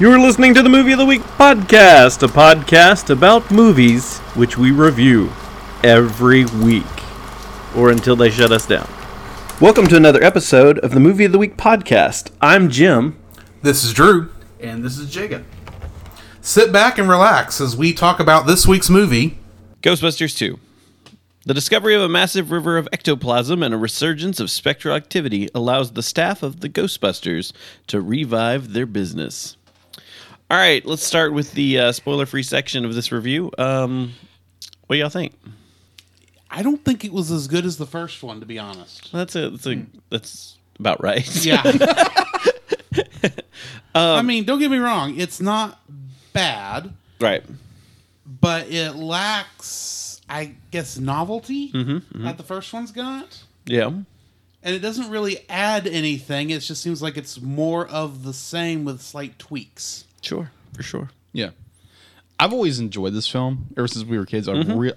You're listening to the Movie of the Week podcast, a podcast about movies which we review every week or until they shut us down. Welcome to another episode of the Movie of the Week podcast. I'm Jim. This is Drew. And this is Jacob. Sit back and relax as we talk about this week's movie. Ghostbusters 2. The discovery of a massive river of ectoplasm and a resurgence of spectral activity allows the staff of the Ghostbusters to revive their business. All right, let's start with the uh, spoiler-free section of this review. Um, what do y'all think? I don't think it was as good as the first one, to be honest. That's a that's, a, that's about right. Yeah. I mean, don't get me wrong, it's not bad, right. but it lacks, I guess, novelty that the first one's got. Yeah. And it doesn't really add anything. It just seems like it's more of the same with slight tweaks. Sure. For sure. Yeah, I've always enjoyed this film ever since we were kids. I re-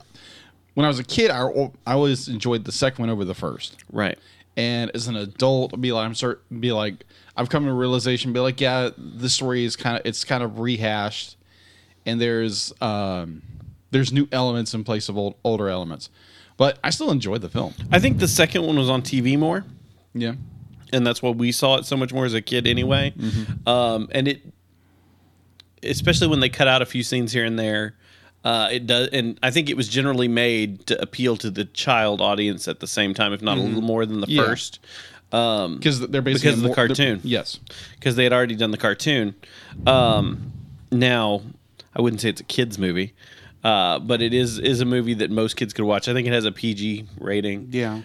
when I was a kid, I, al- I always enjoyed the second one over the first. Right. And as an adult, I'd be like I'm start be like I've come to a realization, be like, yeah, the story is kind of it's kind of rehashed, and there's um there's new elements in place of old older elements, but I still enjoyed the film. I think the second one was on TV more, Yeah, and that's why we saw it so much more as a kid anyway. Um, and it, especially when they cut out a few scenes here and there, uh, it does. And I think it was generally made to appeal to the child audience at the same time, if not a little more than the Yeah. first. because they're basically Because of the they're- cartoon. Yes, because they had already done the cartoon. Um, now, I wouldn't say it's a kids movie, uh, but it is is a movie that most kids could watch. I think it has a PG rating. Yeah.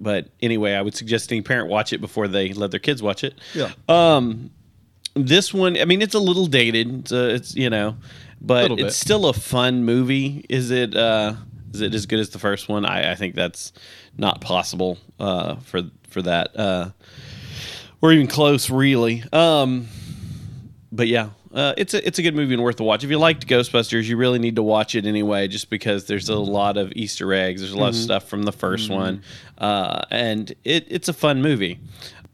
But anyway, I would suggest any parent watch it before they let their kids watch it. Um, yeah, This one, I mean, it's a little dated. It's, uh, it's you know, but Little bit. it's still a fun movie. Is it? Uh, is it as good as the first one? I, I think that's not possible uh, for for that, uh, or even close, really. Um, but yeah, uh, it's a it's a good movie and worth the watch. If you liked Ghostbusters, you really need to watch it anyway, just because there's a lot of Easter eggs. There's a lot of stuff from the 1st one, uh, and it, it's a fun movie.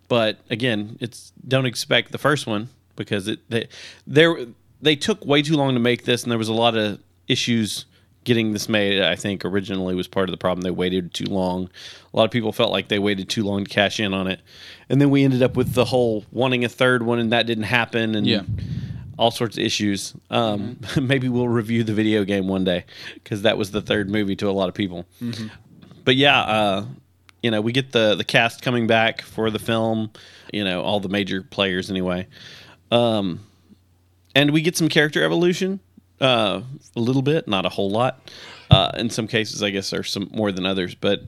But again, it's don't expect the first one because it they there they took way too long to make this, and there was a lot of issues getting this made. I think originally was part of the problem. They waited too long. A lot of people felt like they waited too long to cash in on it, and then we ended up with the whole wanting a third one, and that didn't happen. And Yeah. all sorts of issues. Um, Maybe we'll review the video game one day because that was the third movie to a lot of people. But yeah, uh, you know, we get the the cast coming back for the film. You know, all the major players anyway, um, and we get some character evolution. Uh, a little bit, not a whole lot. Uh, in some cases, I guess, are some more than others, but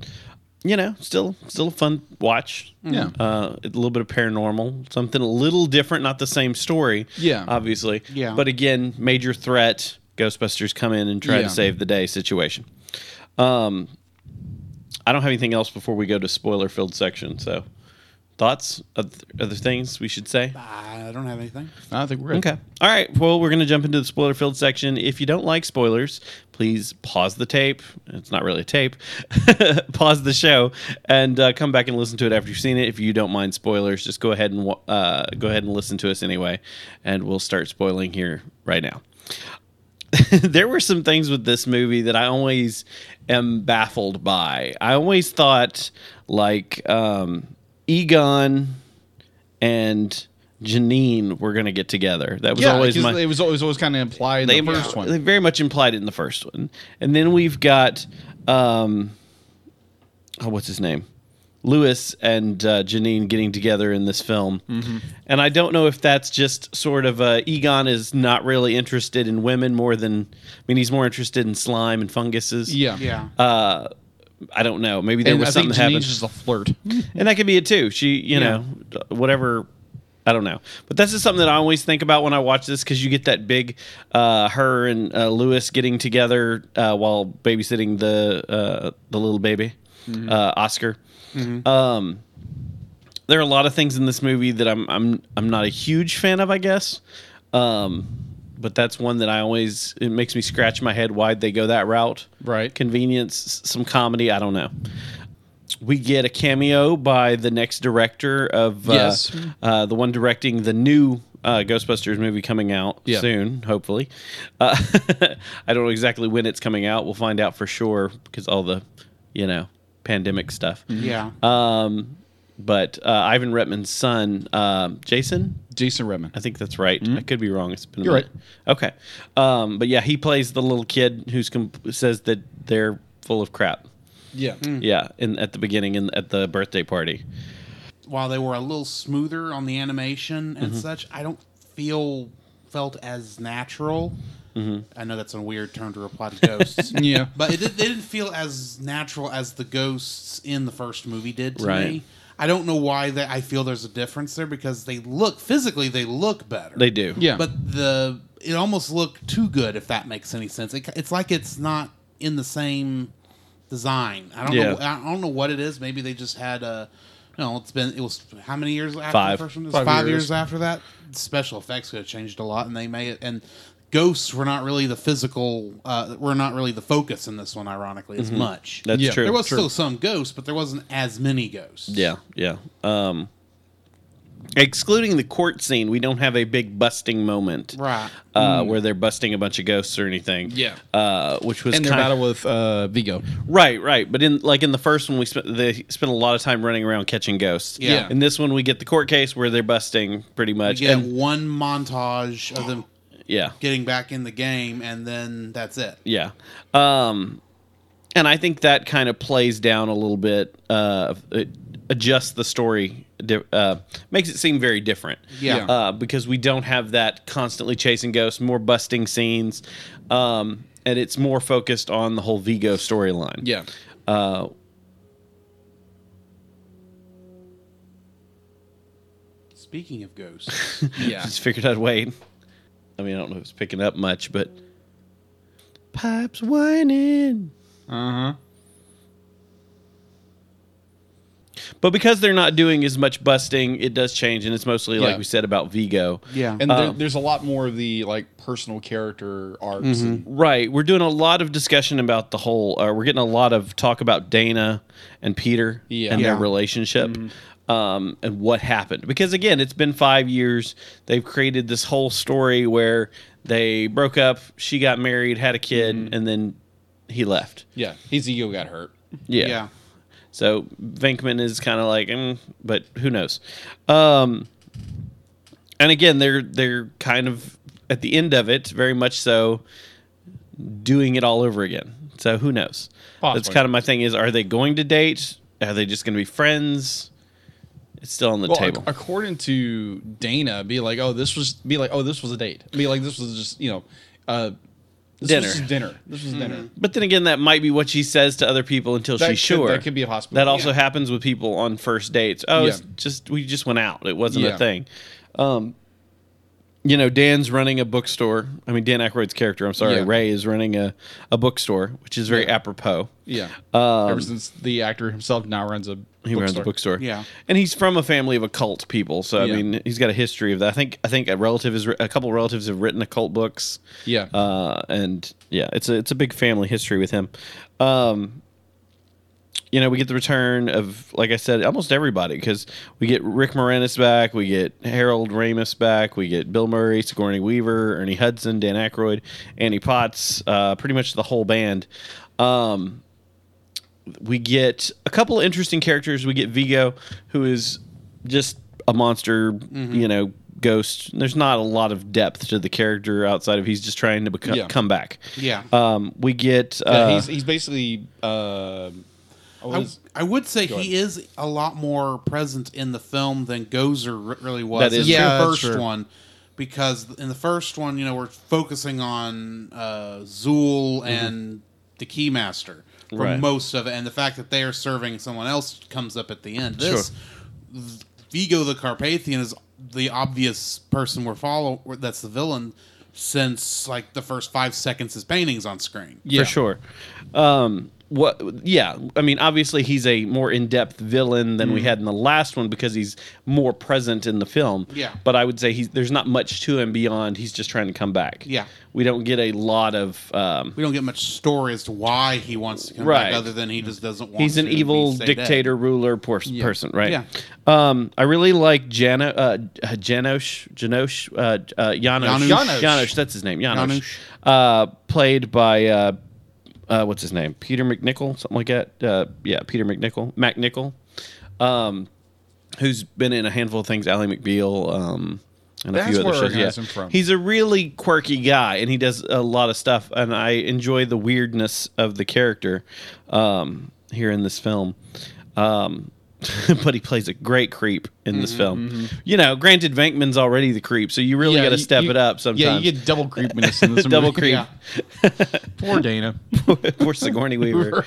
you know, still, still a fun watch. Mm. Yeah. uh, a little bit of paranormal, something a little different, not the same story. Yeah. obviously. Yeah. But again, major threat. Ghostbusters come in and try Yeah. to save the day situation. Um, I don't have anything else before we go to spoiler filled section. So, thoughts, oth- other things we should say? I don't have anything. I think we're good. Okay. All right. Well, we're going to jump into the spoiler filled section. If you don't like spoilers, please pause the tape. It's not really a tape. pause the show and uh, come back and listen to it after you've seen it. If you don't mind spoilers, just go ahead and wa- uh, go ahead and listen to us anyway, and we'll start spoiling here right now. there were some things with this movie that I always am baffled by. I always thought like um, Egon and Janine were going to get together. That was Yeah, always 'cause my it was always always kind of implied in they, the first one. they very much implied it in the first one. And then we've got um oh, what's his name? Lewis and uh, Janine getting together in this film. Mm-hmm. And I don't know if that's just sort of uh, Egon is not really interested in women more than I mean he's more interested in slime and funguses. yeah, Yeah. Uh, I don't know. Maybe there And was I something think happened Mm. Janine's just a flirt. and that could be it too. She, you know, whatever. I don't know, but that's just something that I always think about when I watch this because you get that big, uh, her and uh, Lewis getting together uh, while babysitting the uh, the little baby, uh, Oscar. Um, there are a lot of things in this movie that I'm I'm I'm not a huge fan of, I guess. Um, but that's one that I always it makes me scratch my head why'd they go that route. Right. Convenience, s- some comedy, I don't know. We get a cameo by the next director of uh, Yes. uh, the one directing the new uh, Ghostbusters movie coming out Yeah. soon, hopefully. Uh, I don't know exactly when it's coming out. We'll find out for sure because all the, you know, pandemic stuff. Mm-hmm. Yeah. Um, but uh, Ivan Reitman's son, um, Jason, Jason Redman. I think that's right. I could be wrong. It's been a Mm-hmm. You're minute. Okay, um, but yeah, he plays the little kid who's com- says that they're full of crap. Yeah. Yeah, in at the beginning and at the birthday party. While they were a little smoother on the animation Mm-hmm. and such, I don't feel felt as natural. Mm-hmm. I know that's a weird term to apply to ghosts. Mm. Yeah. But it, did- they didn't feel as natural as the ghosts in the first movie did to Right. me. I don't know why that I feel there's a difference there because they look physically they look better. They do. Yeah. But the it almost looked too good if that makes any sense. It, it's like it's not in the same design. I don't know. Yeah. I don't know what it is. Maybe they just had a. You know, it's been it was how many years after Five. the first one? It was Five Five, years. years. after that. Special effects could have changed a lot, and they made it. And ghosts were not really the physical. Uh, were not really the focus in this one, ironically, as much. Mm-hmm. That's Yeah. true. there was still some ghosts, but there wasn't as many ghosts. Yeah, yeah. Um, excluding the court scene, we don't have a big busting moment, Right. Mm. Uh, Where they're busting a bunch of ghosts or anything. Yeah. uh, which was And their kind battle with uh, Vigo. right, right. But in like in the first one, we spent they spent a lot of time running around catching ghosts. Yeah. In this one, we get the court case where they're busting pretty You much. get And one montage of them yeah, getting back in the game, and then that's it. Yeah. Um, and I think that kind of plays down a little bit, uh, it adjusts the story, di- uh, makes it seem very different. Yeah. Uh, because we don't have that constantly chasing ghosts, more busting scenes. Um, and it's more focused on the whole Vigo storyline. Yeah. Speaking of ghosts, Yeah. Just figured I'd wait. I mean, I don't know if it's picking up much, but. Pipes whining. Uh huh. But because they're not doing as much busting, it does change. And it's mostly, Yeah. like we said, about Vigo. yeah, And there, there's a lot more of the like personal character arcs. Mm-hmm. and- Right. We're doing a lot of discussion about the whole, uh, we're getting a lot of talk about Dana and Peter Yeah. and their Yeah. relationship um, and what happened. Because again, it's been five years. They've created this whole story where they broke up, she got married, had a kid, and then he left. yeah. His ego got hurt. Yeah. yeah. So Venkman is kind of like, mm, but who knows? Um, and again, they're they're kind of at the end of it, very much so, doing it all over again. So who knows? That's Possibly. kind of my thing. Is are they going to date? Are they just going to be friends? It's still on the Well, ac- table. according to Dana, be like, oh, this was be like, oh, this was a date. Be like, this was just you know, uh, this Dinner. Mm-hmm. was just dinner. This was dinner. but then again, that might be what she says to other people until That she's could- sure. that could be a hospital. That also happens with people on first dates. Oh, it's Yeah. just we just went out. It wasn't Yeah. a thing. Um, you know, Dan's running a bookstore. I mean, Dan Aykroyd's character. I'm sorry, Yeah. Ray is running a, a bookstore, which is very apropos. Yeah. Um, Ever since the actor himself now runs a He runs a bookstore. Yeah. and he's from a family of occult people. So Yeah. I mean, he's got a history of that. I think I think a relative is a couple relatives have written occult books. Yeah. uh, and yeah, it's a it's a big family history with him. Um, you know, we get the return of, like I said, almost everybody because we get Rick Moranis back, we get Harold Ramis back, we get Bill Murray, Sigourney Weaver, Ernie Hudson, Dan Aykroyd, Andy Potts, uh, pretty much the whole band. Um, we get a couple of interesting characters. We get Vigo, who is just a monster, Mm-hmm. you know, ghost. There's not a lot of depth to the character outside of he's just trying to become Yeah. come back. Yeah. Um, we get uh, Yeah, he's he's basically. Uh, I I, was- I would say he ahead. is a lot more present in the film than Gozer re- really was That is in true. Yeah, the that's first true. one. Because in the first one, you know, we're focusing on uh, Zool and the Keymaster for Mm-hmm. Right. most of it, and the fact that they are serving someone else comes up at the end. This Sure. Vigo the Carpathian is the obvious person we're follow. That's the villain since like the first five seconds his paintings on screen. yeah. for sure. Um, what yeah i mean obviously he's a more in-depth villain than Mm-hmm. we had in the last one because he's more present in the film Yeah. but i would say he's there's not much to him beyond he's just trying to come back Yeah. we don't get a lot of um We don't get much story as to why he wants to come Right. back, other than he just doesn't want. he's an to. if he evil stayed dead. dictator ruler por- person right Yeah. um i really like jano uh janosh janosh uh, uh janosh. Janusz. janosh that's his name janosh, Janusz. uh played by uh uh, what's his name? Peter McNichol, something like that. Uh, yeah, Peter McNichol, McNichol, um, who's been in a handful of things. Ally McBeal, um, and a That's few other where I shows. Yeah. recognize him from. he's a really quirky guy, and he does a lot of stuff. And I enjoy the weirdness of the character um, here in this film. Um, but he plays a great creep in Mm-hmm, this film. You know, granted, Venkman's already the creep, so you really Yeah, got to you- step you- it up sometimes. Yeah, you get double creepiness in this Double movie. creep. Yeah. Poor Dana. Poor Sigourney Weaver.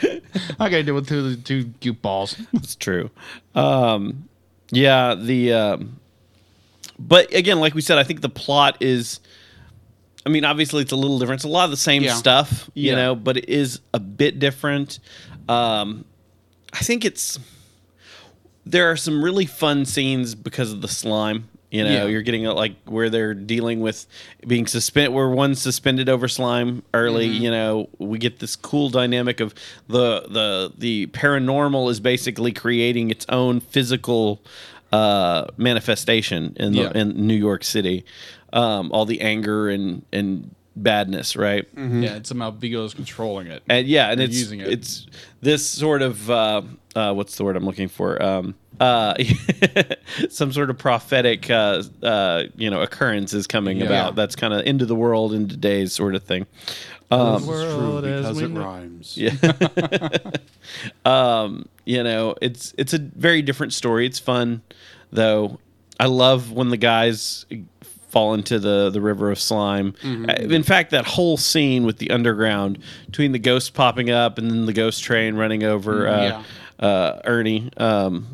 I got to deal with two, two goop balls. It's true. Um, yeah, the um, but again, like we said, I think the plot is. I mean, obviously, it's a little different. It's a lot of the same Yeah. stuff, you Yeah. know, but it is a bit different. Um, I think it's there are some really fun scenes because of the slime. You know, Yeah. you're getting uh, like where they're dealing with being suspended, where one's suspended over slime early. You know, we get this cool dynamic of the the the paranormal is basically creating its own physical uh, manifestation in the, Yeah. in New York City. Um, all the anger and and badness, right? Yeah, it's somehow Vigo's controlling it. and yeah, and You're it's using it. it's this sort of uh, uh, what's the word I'm looking for? Um, uh, some sort of prophetic, uh, uh, you know, occurrence is coming Yeah. about. That's kind of into the world in today's sort of thing. Um, This is true because it rhymes. Yeah. You know, it's it's a very different story. It's fun though. I love when the guys fall into the the river of slime. Uh, Mm-hmm. In fact, that whole scene with the underground between the ghost popping up and then the ghost train running over uh, Mm-hmm, yeah. uh, Ernie. Um,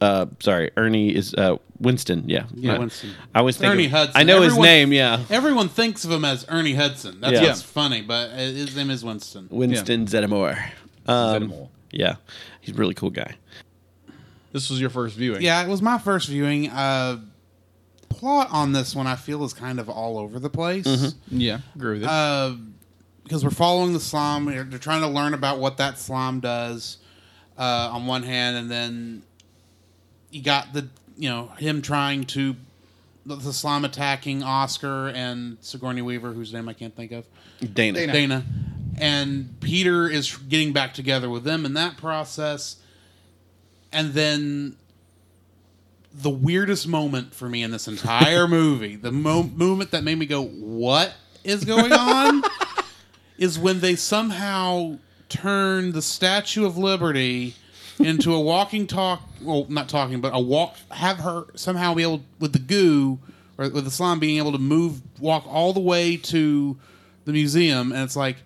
uh, sorry, Ernie is uh, Winston. Yeah, Yeah, I, Winston. I was thinking Ernie Hudson. I know his Everyone- name. Yeah, Everyone thinks of him as Ernie Hudson. That's Yeah. what's funny, but uh, his name is Winston. Winston Zeddemore. Um, Zeddemore. Yeah, he's a really cool guy. This was your first viewing. Yeah, it was my first viewing. Uh, plot on this one, I feel, is kind of all over the place. Mm-hmm. Yeah, agree with it. Uh, because we're following the slime. They're, they're trying to learn about what that slime does uh, on one hand, and then you got the you know him trying to the, the slime attacking Oscar and Sigourney Weaver, whose name I can't think of. Dana. Dana. And Peter is getting back together with them in that process. And then the weirdest moment for me in this entire movie, the mo- moment that made me go, What is going on? is when they somehow turn the Statue of Liberty into a walking talk well not talking but a walk have her somehow be able with the goo or with the slime being able to move walk all the way to the museum and it's like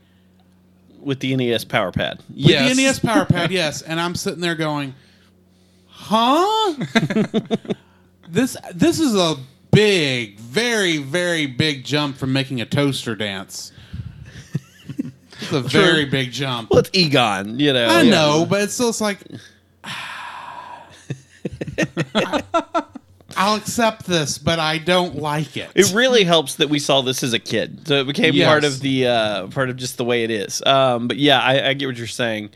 with the NES Power Pad. with Yes. the NES power pad yes and I'm sitting there going huh this this is a big very very big jump from making a toaster dance it's a very big jump Well, it's Egon. You know. I know, but it's still it's like I'll accept this, but I don't like it. It really helps that we saw this as a kid, so it became Yes. part of the uh, part of just the way it is. Um, but yeah, I, I get what you're saying.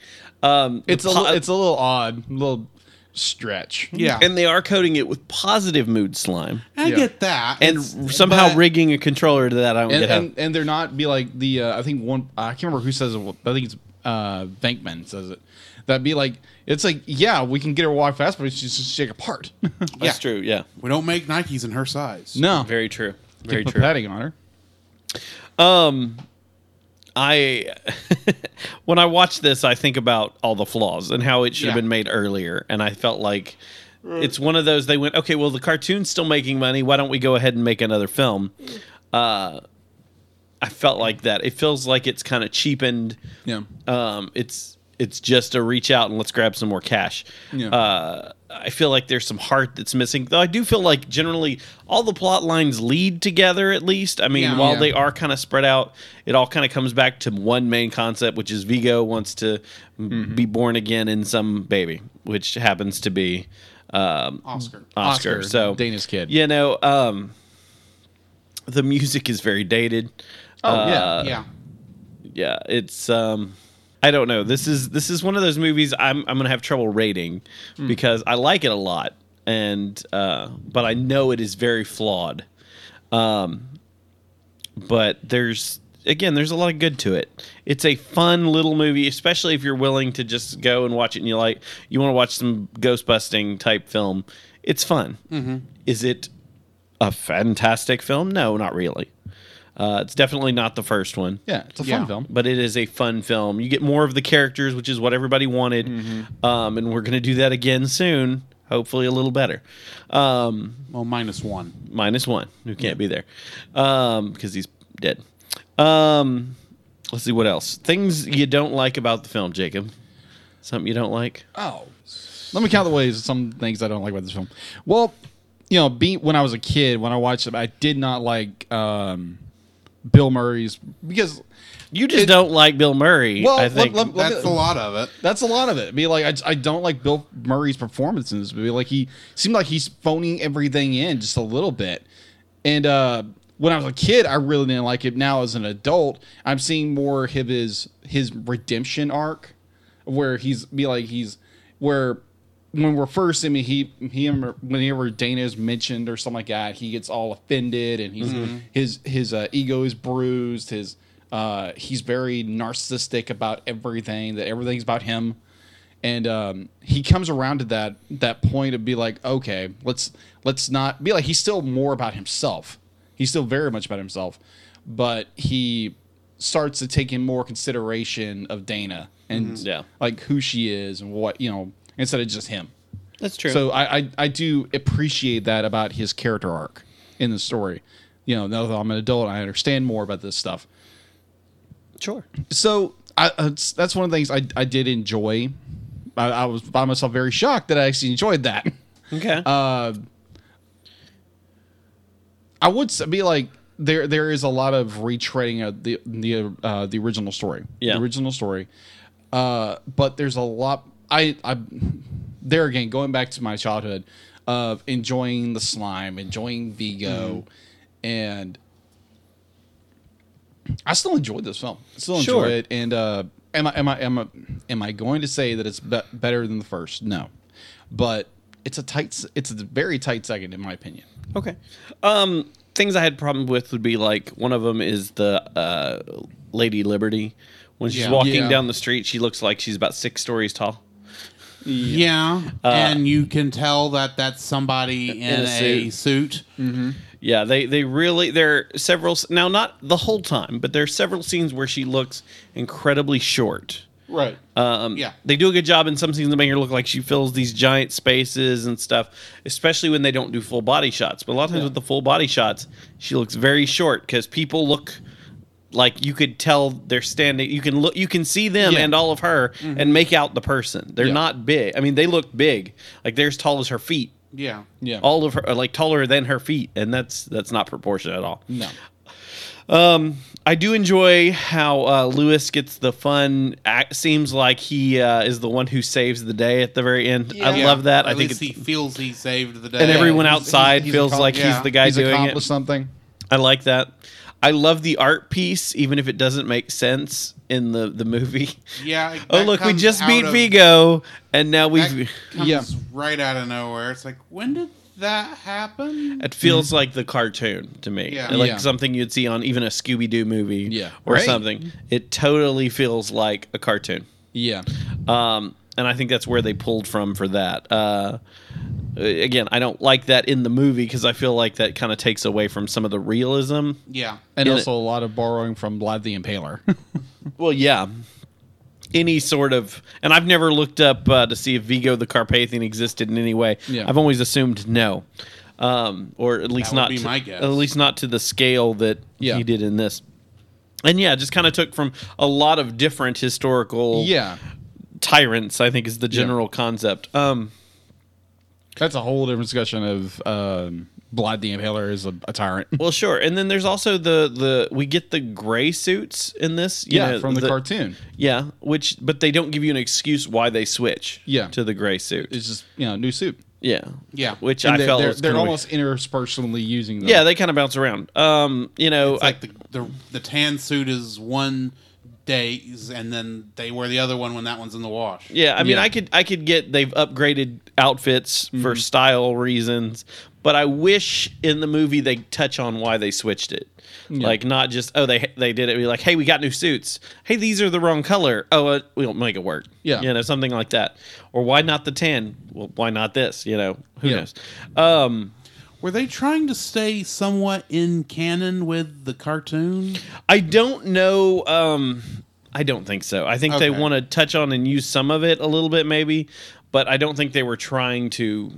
Um, the it's a po- li- it's a little odd, a little stretch. yeah, and they are coding it with positive mood slime, I yeah. get that. and It's- somehow but- rigging a controller to that. I don't and, get how. and and they're not be like the uh, I think one I can't remember who says it. but I think it's uh, Bankman says it. That'd be like it's like yeah we can get her walk fast, but she's just shake apart. That's true. Yeah, we don't make Nikes in her size. no, very true. Can Very put true. padding on her. I when I watch this, I think about all the flaws and how it should have Yeah. been made earlier. And I felt like it's one of those they went, okay, well the cartoon's still making money. Why don't we go ahead and make another film? Uh, I felt like that. It feels like it's kind of cheapened. Yeah, Um, it's it's just a reach out and let's grab some more cash. Yeah. Uh, I feel like there's some heart that's missing. Though I do feel like generally all the plot lines lead together at least. I mean, Yeah. while Yeah. they are kind of spread out, it all kind of comes back to one main concept, which is Vigo wants to Mm-hmm. m be born again in some baby, which happens to be um, Oscar. Oscar. Oscar, So Dana's kid. You know, um, the music is very dated. Uh, Oh, yeah, yeah. yeah. It's um, I don't know. This is this is one of those movies I'm I'm gonna have trouble rating because I like it a lot and uh, but I know it is very flawed. Um, but there's again there's a lot of good to it. It's a fun little movie, especially if you're willing to just go and watch it and you like you want to watch some ghost busting type film. It's fun. Is it a fantastic film? No, not really. Uh, it's definitely not the first one Yeah, it's a fun Yeah. film. but it is a fun film. You get more of the characters, which is what everybody wanted, Mm-hmm. um, and we're going to do that again soon. Hopefully, a little better. Um, Well, minus one. minus one, who can't be there because he's dead. Um, let's see what else. Things you don't like about the film, Jacob. Something you don't like? Oh, let me count the ways. Some things I don't like about this film. Well, you know, being when I was a kid, when I watched it, I did not like um, Bill Murray's because. You just It- don't like Bill Murray. Well, I let- think. let- let me- That's a lot of it. That's a lot of it. Be like, I, just- I don't like Bill Murray's performance in this movie. Like he seemed like he's phoning everything in just a little bit. And uh, when I was a kid, I really didn't like it. Now as an adult, I'm seeing more of his his redemption arc, where he's be like he's where when we're first, I mean, he he whenever Dana is mentioned or something like that, he gets all offended and he's his his uh, ego is bruised. His uh, he's very narcissistic about everything. That everything's about him, and um, he comes around to that that point of be like, okay, let's let's not be like he's still more about himself. He's still very much about himself, but he starts to take in more consideration of Dana and Yeah. like who she is and what you know instead of just him. that's true. So I, I I do appreciate that about his character arc in the story. You know, now that I'm an adult, I understand more about this stuff. sure. So I, uh, it's- that's one of the things I, I did enjoy. I, I was by myself very shocked that I actually enjoyed that. Okay. Uh, I would s- be like there there is a lot of retreading of the the uh, the original story. Yeah. The original story. Uh, but there's a lot I I there again going back to my childhood of enjoying the slime, enjoying Vigo Mm-hmm. and I still enjoyed this film. I still enjoy Sure. it and uh am I am I am I am I going to say that it's be- better than the first? No. But it's a tight s- it's a very tight second in my opinion. Okay. Um, things I had problem with would be like one of them is the uh, Lady Liberty. When she's Yeah. walking Yeah. down the street, she looks like she's about six stories tall. Uh, Yeah, and you can tell that that's somebody in, a a suit. Yeah, they they really there are several s- now not the whole time, but there are several scenes where she looks incredibly short. Right. yeah, They do a good job in some scenes to make her look like she fills these giant spaces and stuff, especially when they don't do full body shots. But a lot of times with the full body shots, she looks very short because people look like you could tell they're standing. You can look, you can see them Yeah. Mm-hmm. and all of her, and make out the person. They're Yeah. not big. I mean, they look big. Like they're as tall as her feet. yeah, yeah. All of her, are, like taller than her feet, and that's that's not proportionate at all. No. I do enjoy how uh, Lewis gets the fun. Act, seems like he uh, is the one who saves the day at the very end. I Yeah. love that. I At think least it's, he feels he saved the day, and everyone he's- outside he's- he's feels accom- like yeah. he's the guy He's doing accomplished it. something. I like that. I love the art piece, even if it doesn't make sense in the the movie. Yeah, it- oh that look, we comes just out beat of- Vigo, and now That we've. comes Yeah. right out of nowhere. It's like when did that happen? It feels like the cartoon to me, Yeah. like Yeah. something you'd see on even a Scooby Doo movie, Yeah. or Right. something. It totally feels like a cartoon. Yeah. Um, and I think that's where they pulled from for that. Uh, again, I don't like that in the movie because I feel like that kind of takes away from some of the realism. Yeah, And Yeah. also a lot of borrowing from Vlad the Impaler. Well, yeah. Any sort of, and I've never looked up uh, to see if Vigo the Carpathian existed in any way. Yeah. I've always assumed no, um, or at least That would not be to, my guess. at least not to the scale that Yeah. he did in this. And yeah, just kind of took from a lot of different historical yeah. tyrants. I think is the general concept. Um, That's a whole different discussion of um, Vlad the Impaler is a, a tyrant. well, sure. And then there's also the the we get the gray suits in this. you yeah, know, from the, cartoon. Yeah, which but they don't give you an excuse why they switch. Yeah. to the gray suit. It's just you know new suit. yeah, Yeah. Which And I they're, felt they're, was they're kinda weird. almost interspersonally using them. Yeah, they kind of bounce around. Um, you know, It's I- like the, the the tan suit is one days, and then they wear the other one when that one's in the wash. Yeah, I mean, Yeah. Mm-hmm. I could I could get they've upgraded outfits for style reasons, but I wish in the movie they touch on why they switched it. Like not just oh they they did it be like hey we got new suits hey these are the wrong color oh uh, we'll make it work Yeah. you know something like that or why not the tan well why not this you know who Yeah. knows um Were they trying to stay somewhat in canon with the cartoon? I don't know. Um, I don't think so. I think they Okay. want to touch on and use some of it a little bit, maybe, but I don't think they were trying to.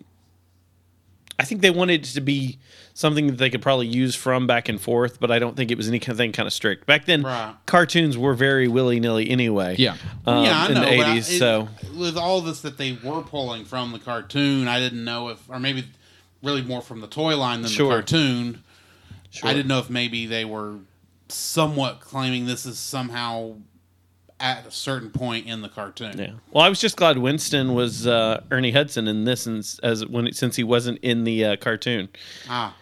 I think they wanted it to be something that they could probably use from back and forth, but I don't think it was anything kind of strict. Back then, Right. cartoons were very willy nilly anyway. Yeah. um, yeah, I in know. the but I- eighties. it- So with all this that they were pulling from the cartoon, I didn't know if, or maybe really more from the toy line than Sure. the cartoon. Sure. I didn't know if maybe they were somewhat claiming this is somehow at a certain point in the cartoon. yeah. Well, I was just glad Winston was uh, Ernie Hudson in this, and s- as when it, since he wasn't in the uh, cartoon, Ah,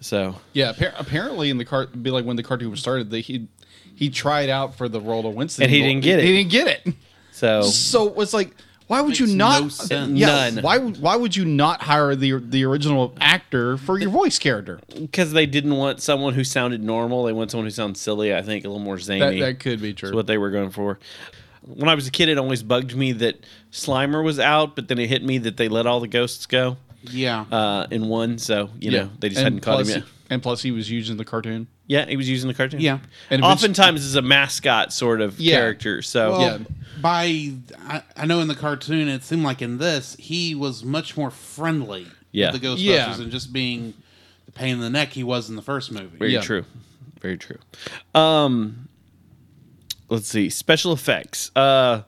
so yeah. appar- apparently, in the cart, be like when the cartoon was started, they, he he tried out for the role of Winston, And he didn't get it. Oh. He didn't get it. so So it's like, why would you Makes not? no sense. Yeah, None. Why would why would you not hire the the original actor for your voice character? because they didn't want someone who sounded normal. They want someone who sounds silly. I think a little more That zany. that could be true. is what they were going for. When I was a kid, it always bugged me that Slimer was out, but then it hit me that they let all the ghosts go yeah. uh, in one. So you know they just And hadn't caught him plus- yet. And plus, he was using the cartoon. Yeah, he was using the cartoon. Yeah. And eventu- oftentimes is a mascot sort of Yeah. character. So Well, Yeah. by I, I know in the cartoon it seemed like in this he was much more friendly Yeah. with the Ghostbusters Yeah. and just being the pain in the neck he was in the first movie. Very Yeah. true. Very true. Um, let's see. Special effects. Uh,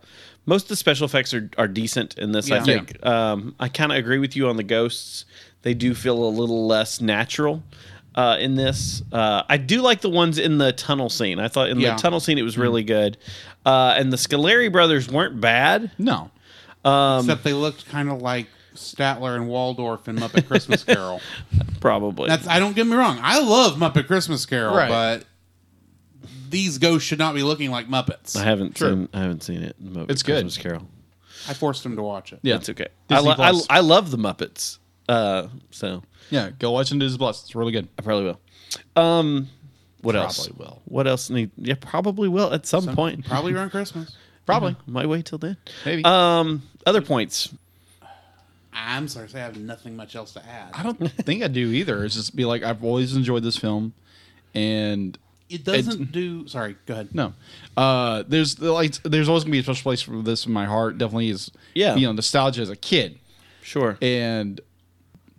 most of the special effects are, are decent in this, I Yeah. think. Um, I kind of agree with you on the ghosts. They do feel a little less natural uh, in this. Uh, I do like the ones in the tunnel scene. I thought in Yeah. the tunnel scene it Mm. was really good. Uh, and the Scaleri brothers weren't bad. No. Um, Except they looked kind of like Statler and Waldorf in Muppet Christmas Carol. Probably. That's I don't get me wrong. I love Muppet Christmas Carol, Right. but these ghosts should not be looking like Muppets. I I, haven't True. seen. I haven't seen it. in the movie It's good. Christmas Carol. forced him to watch it. Yeah. It's okay. I, Disney lo- I, Plus. I love the Muppets. Uh, so Yeah. Go watch Into His Plus. It's really good. I probably will. Um, what else? Probably will. What else? Need? Yeah, probably will at some, point. Probably around Christmas. Probably. Might wait till then. Maybe. Um, other points. I'm sorry, to say I have nothing much else to add. I don't think I do either. It's just be like I've always enjoyed this film, and it doesn't do. Sorry, go ahead. no, uh, there's like there's always gonna be a special place for this in my heart. Definitely is. Yeah. You know, nostalgia as a kid, Sure. and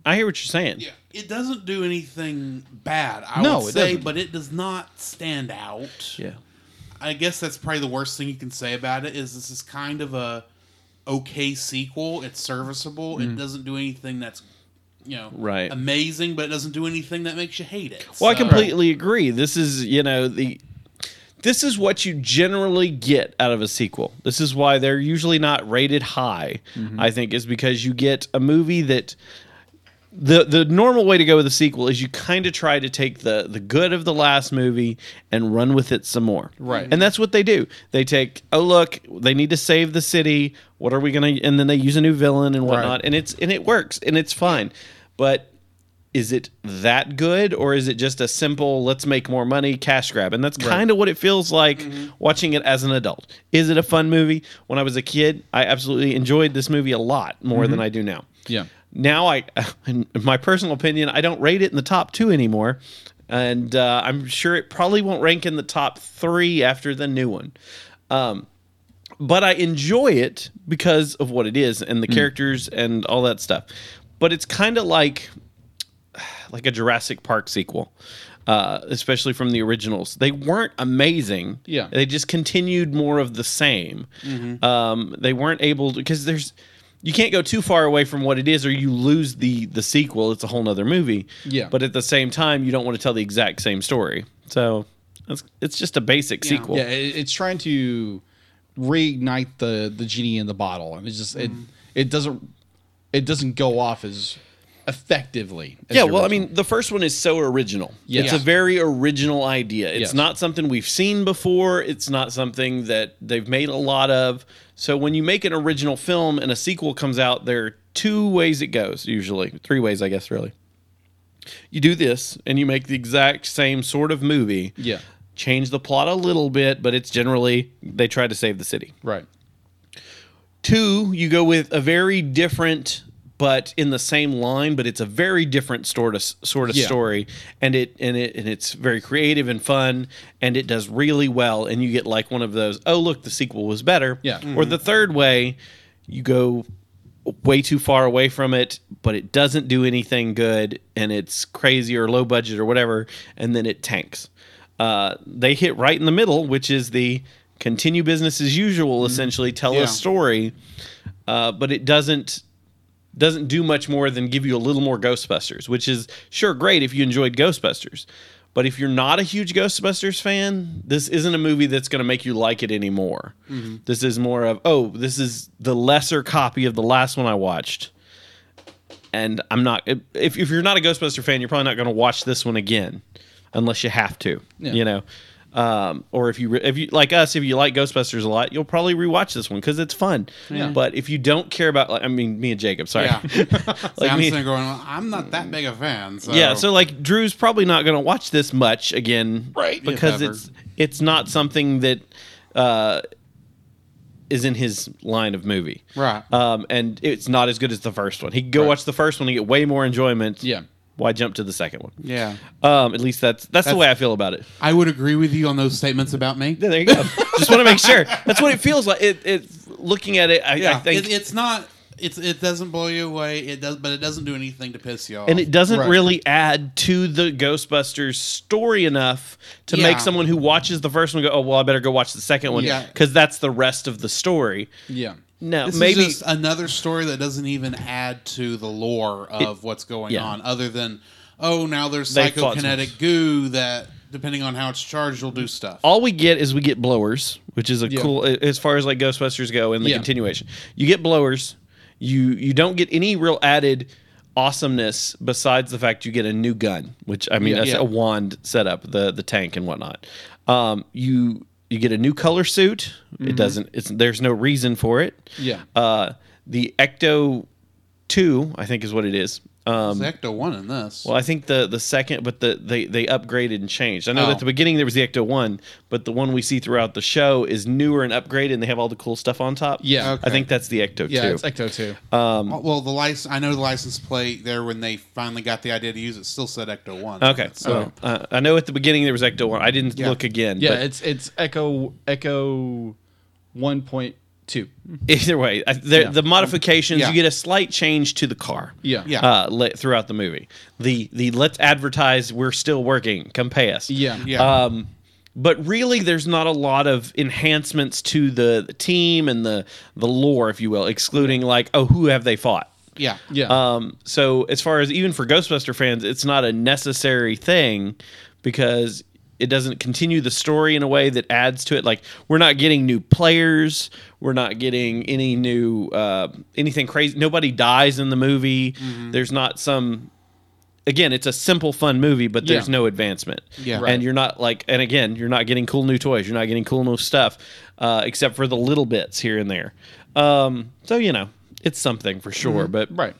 I hear what you're saying. Yeah, it doesn't do anything bad. I No, would it say, doesn't. but it does not stand out. Yeah. I guess that's probably the worst thing you can say about it is this is kind of a okay sequel. It's serviceable. It doesn't do anything that's you know Mm. Right. amazing, but it doesn't do anything that makes you hate it. Well, I So- completely agree. This is you know the. This is what you generally get out of a sequel. This is why they're usually not rated high. I think is because you get a movie that the the normal way to go with a sequel is you kind of try to take the the good of the last movie and run with it some more. Right. And that's what they do. They take, oh look, they need to save the city. What are we gonna? And then they use a new villain and whatnot, Right. and it's and it works and it's fine. But is it that good or is it just a simple let's make more money cash grab and that's kind of what it feels like Mm-hmm. watching it as an adult is it a fun movie when i was a kid i absolutely enjoyed this movie a lot more Mm-hmm. than i do now yeah. now I, in my personal opinion, I don't rate it in the top two anymore, and uh, I'm sure it probably won't rank in the top three after the new one. Um, but I enjoy it because of what it is and the characters and all that stuff. But it's kind of like like a Jurassic Park sequel, uh, especially from the originals. They weren't amazing. Yeah. Mm-hmm. they just continued more of the same. Um, they weren't able to because there's you can't go too far away from what it is or you lose the the sequel. It's a whole nother movie. Yeah. but at the same time, you don't want to tell the exact same story. So it's it's just a basic sequel. Yeah, it, it's trying to reignite the the genie in the bottle, and it just it Mm-hmm. it doesn't it doesn't go off as effectively. as yeah the well i original. mean the first one is so original Yes. it's a very original idea it's Yes. not something we've seen before it's not something that they've made a lot of so when you make an original film and a sequel comes out there are two ways it goes usually three ways i guess really you do this and you make the exact same sort of movie yeah, change the plot a little bit but it's generally they try to save the city right, Two, you go with a very different, but in the same line, but it's a very different sort of sort of Yeah. story, and it and it and it's very creative and fun, and it does really well, and you get like one of those. Oh, look, the sequel was better. Yeah. Or the third way, you go way too far away from it, but it doesn't do anything good, and it's crazy or low budget or whatever, and then it tanks. Uh, they hit right in the middle, which is the continue business as usual. Essentially, tell Yeah. a story, uh, but it doesn't doesn't do much more than give you a little more Ghostbusters, which is sure great if you enjoyed Ghostbusters. But if you're not a huge Ghostbusters fan, this isn't a movie that's going to make you like it anymore. This is more of, oh, this is the lesser copy of the last one I watched. And I'm not, if, if you're not a Ghostbuster fan, you're probably not going to watch this one again unless you have to, Yeah. you know? Um, or if you, re- if you like us, if you like Ghostbusters a lot, you'll probably rewatch this one because it's fun. But if you don't care about, like, I mean, me and Jacob, sorry. Yeah. like I'm me, sitting there going, "Well, I'm not that big a fan. So yeah, so like Drew's probably not going to watch this much again, Right. Because If ever. it's it's not something that uh, is in his line of movie, Right. Um, and it's not as good as the first one. He could go watch the first one and get way more enjoyment. Yeah. why jump to the second one? yeah, Um, at least that's that's the way I feel about it. I would agree with you on those statements about me. Yeah, there you go. Just want to make sure that's what it feels like. It, it looking at it, I, I think it, it's not. It's it doesn't blow you away. It does, but it doesn't do anything to piss you off. and it doesn't Right. really add to the Ghostbusters story enough to Yeah. make someone who watches the first one go, "Oh well, I better go watch the second one," Yeah. because that's the rest of the story. yeah, No, This maybe is just another story that doesn't even add to the lore of what's going yeah. on, other than oh, now there's They fought some- psychokinetic goo that, depending on how it's charged, will do stuff. all we get is we get blowers, which is a Yeah. cool as far as like Ghostbusters go in the Yeah. continuation. You get blowers. You you don't get any real added awesomeness besides the fact you get a new gun, which I mean Yeah. that's Yeah. a wand setup, the the tank and whatnot. Um, you you get a new color suit. It doesn't. It's there's no reason for it. Mm-hmm. yeah, Uh, the Ecto two, I think, is what it is. Um, There's Ecto one in this. well, I think the the second, but the they they upgraded and changed. I know Oh. at the beginning there was the Ecto One, but the one we see throughout the show is newer and upgraded, and they have all the cool stuff on top. Yeah. I think that's the Ecto yeah. Two. It's Ecto two. Um, Well, well, the license. I know the license plate there when they finally got the idea to use it still said Ecto one. okay, so so uh, I know at the beginning there was Ecto One. I didn't Yeah. look again. Oh. yeah, but it's it's Echo Echo one point two. either way, I, the, the modifications Yeah. you get a slight change to the car. Yeah, Yeah. Uh, le- throughout the movie, the the let's advertise we're still working. Come pay us. yeah, yeah, Um, but really, there's not a lot of enhancements to the, the team and the the lore, if you will, excluding like, oh, who have they fought? yeah, yeah. Um, so as far as even for Ghostbuster fans, it's not a necessary thing because it doesn't continue the story in a way that adds to it. Like we're not getting new players, we're not getting any new uh, anything crazy. Nobody dies in the movie. Mm-hmm. There's not some. Again, it's a simple, fun movie, but there's Yeah. no advancement. Yeah. and you're not like, and again, you're not getting cool new toys. You're not getting cool new stuff, uh, except for the little bits here and there. Um, so you know, it's something for sure. But right.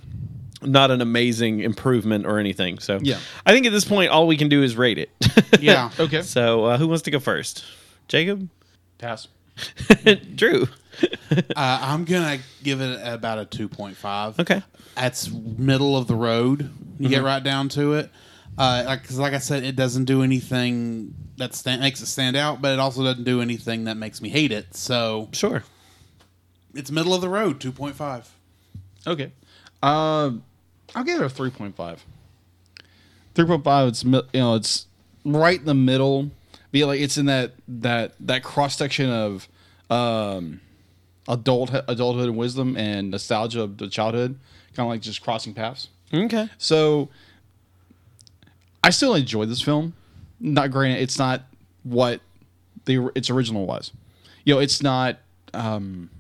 not an amazing improvement or anything. So Yeah. I think at this point all we can do is rate it. yeah. Okay. so uh, who wants to go first? Jacob, Pass. Drew. Uh, I'm gonna give it about a 2.5. Okay. that's middle of the road. You get right down to it. Uh, like, 'cause like I said, it doesn't do anything that stand, makes it stand out, but it also doesn't do anything that makes me hate it. So Sure. it's middle of the road, two point five. Okay. Um, I'll give it a three point five. three point five. It's mi- you know it's right in the middle. Be like it's in that that that cross section of um, adult adulthood and wisdom and nostalgia of the childhood, kind of like just crossing paths. Okay. So I still enjoy this film. Not granted, it's not what the its original was. You know, it's not um,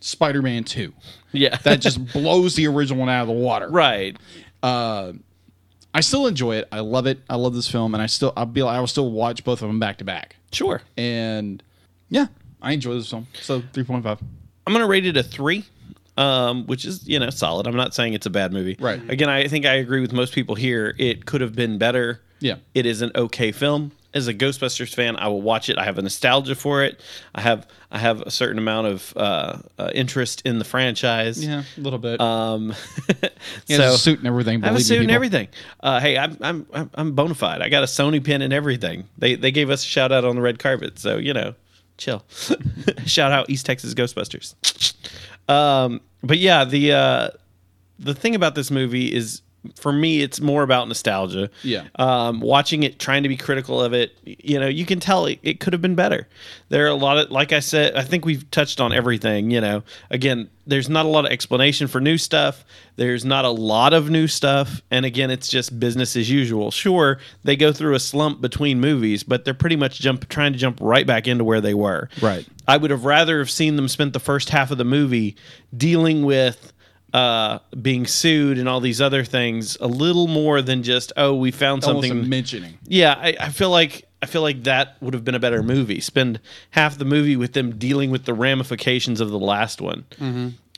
Spider-Man Two Yeah. that just blows the original one out of the water. right. I still enjoy it. I love it. I love this film, and I still I'll be I will still watch both of them back to back. Sure. And yeah, I enjoy this film. So three point five. I'm gonna rate it a three, um, which is you know solid. I'm not saying it's a bad movie. Right. Again, I think I agree with most people here. It could have been better. Yeah. It is an okay film. As a Ghostbusters fan, I will watch it. I have a nostalgia for it. I have I have a certain amount of uh, uh, interest in the franchise. Yeah, a little bit. Um, yeah, so there's a suit and everything. I have a believe me, suit and people. everything. Uh, hey, I'm I'm I'm- I'm bona fide. I got a Sony pin and everything. They they gave us a shout out on the red carpet, so you know, chill. shout out East Texas Ghostbusters. Um, but yeah, the uh, the thing about this movie is for me, it's more about nostalgia. Yeah. Um, watching it, trying to be critical of it, y- you know, you can tell it, it could have been better. There are a lot of, like I said, I think we've touched on everything, you know. Again, there's not a lot of explanation for new stuff. There's not a lot of new stuff. And again, it's just business as usual. Sure, they go through a slump between movies, but they're pretty much jump trying to jump right back into where they were. Right. I would have rather have seen them spent the first half of the movie dealing with uh, being sued and all these other things a little more than just oh we found Almost something. a mentioning. yeah, I, I feel like I feel like that would have been a better movie. Spend half the movie with them dealing with the ramifications of the last one.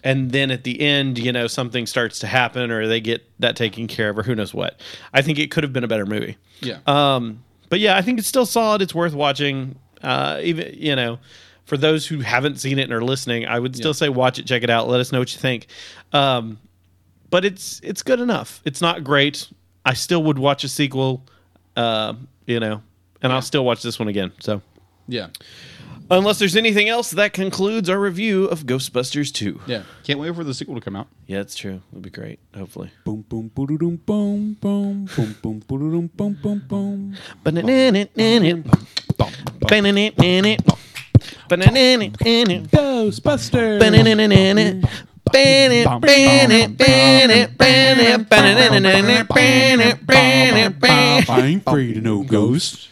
And then at the end, you know, something starts to happen, or they get that taken care of, or who knows what. I think it could have been a better movie. Yeah. Um, but yeah, I think it's still solid. It's worth watching. Uh, even you know, for those who haven't seen it and are listening, I would still say watch it, check it out. Let us know what you think. Um, but it's it's good enough. It's not great. I still would watch a sequel. Uh, you know, and I'll still watch this one again. So yeah. unless there's anything else, that concludes our review of Ghostbusters Two. Yeah. Can't wait for the sequel to come out. Yeah, it's true. It'll be great. Hopefully. Boom, boom, boom, boom, boom, boom, boom, boom, boom, boom, boom. Bum, bum. Ghostbusters. I ain't afraid of no ghosts.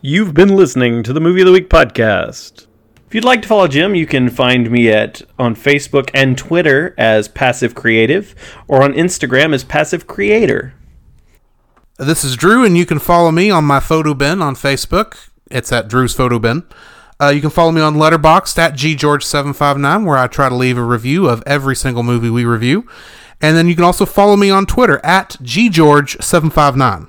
You've been listening to the Movie of the Week podcast. If you'd like to follow Jim, you can find me at on Facebook and Twitter as Passive Creative or on Instagram as Passive Creator. This is Drew, and you can follow me on my photo bin on Facebook. It's at Drew's Photo Bin. Uh, you can follow me on Letterboxd at ggeorge759, where I try to leave a review of every single movie we review. And then you can also follow me on Twitter at ggeorge759.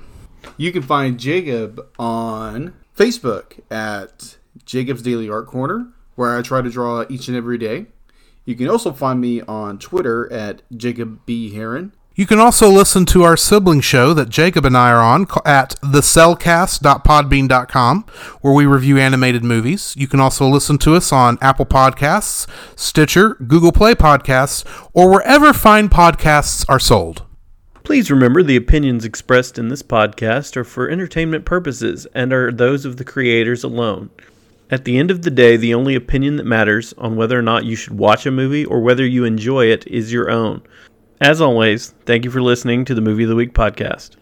You can find Jacob on Facebook at Jacob's Daily Art Corner, where I try to draw each and every day. You can also find me on Twitter at Jacob B. Heron. You can also listen to our sibling show that Jacob and I are on ca- at thecellcast.podbean.com, where we review animated movies. You can also listen to us on Apple Podcasts, Stitcher, Google Play Podcasts, or wherever fine podcasts are sold. Please remember the opinions expressed in this podcast are for entertainment purposes and are those of the creators alone. At the end of the day, the only opinion that matters on whether or not you should watch a movie or whether you enjoy it is your own. As always, thank you for listening to the Movie of the Week podcast.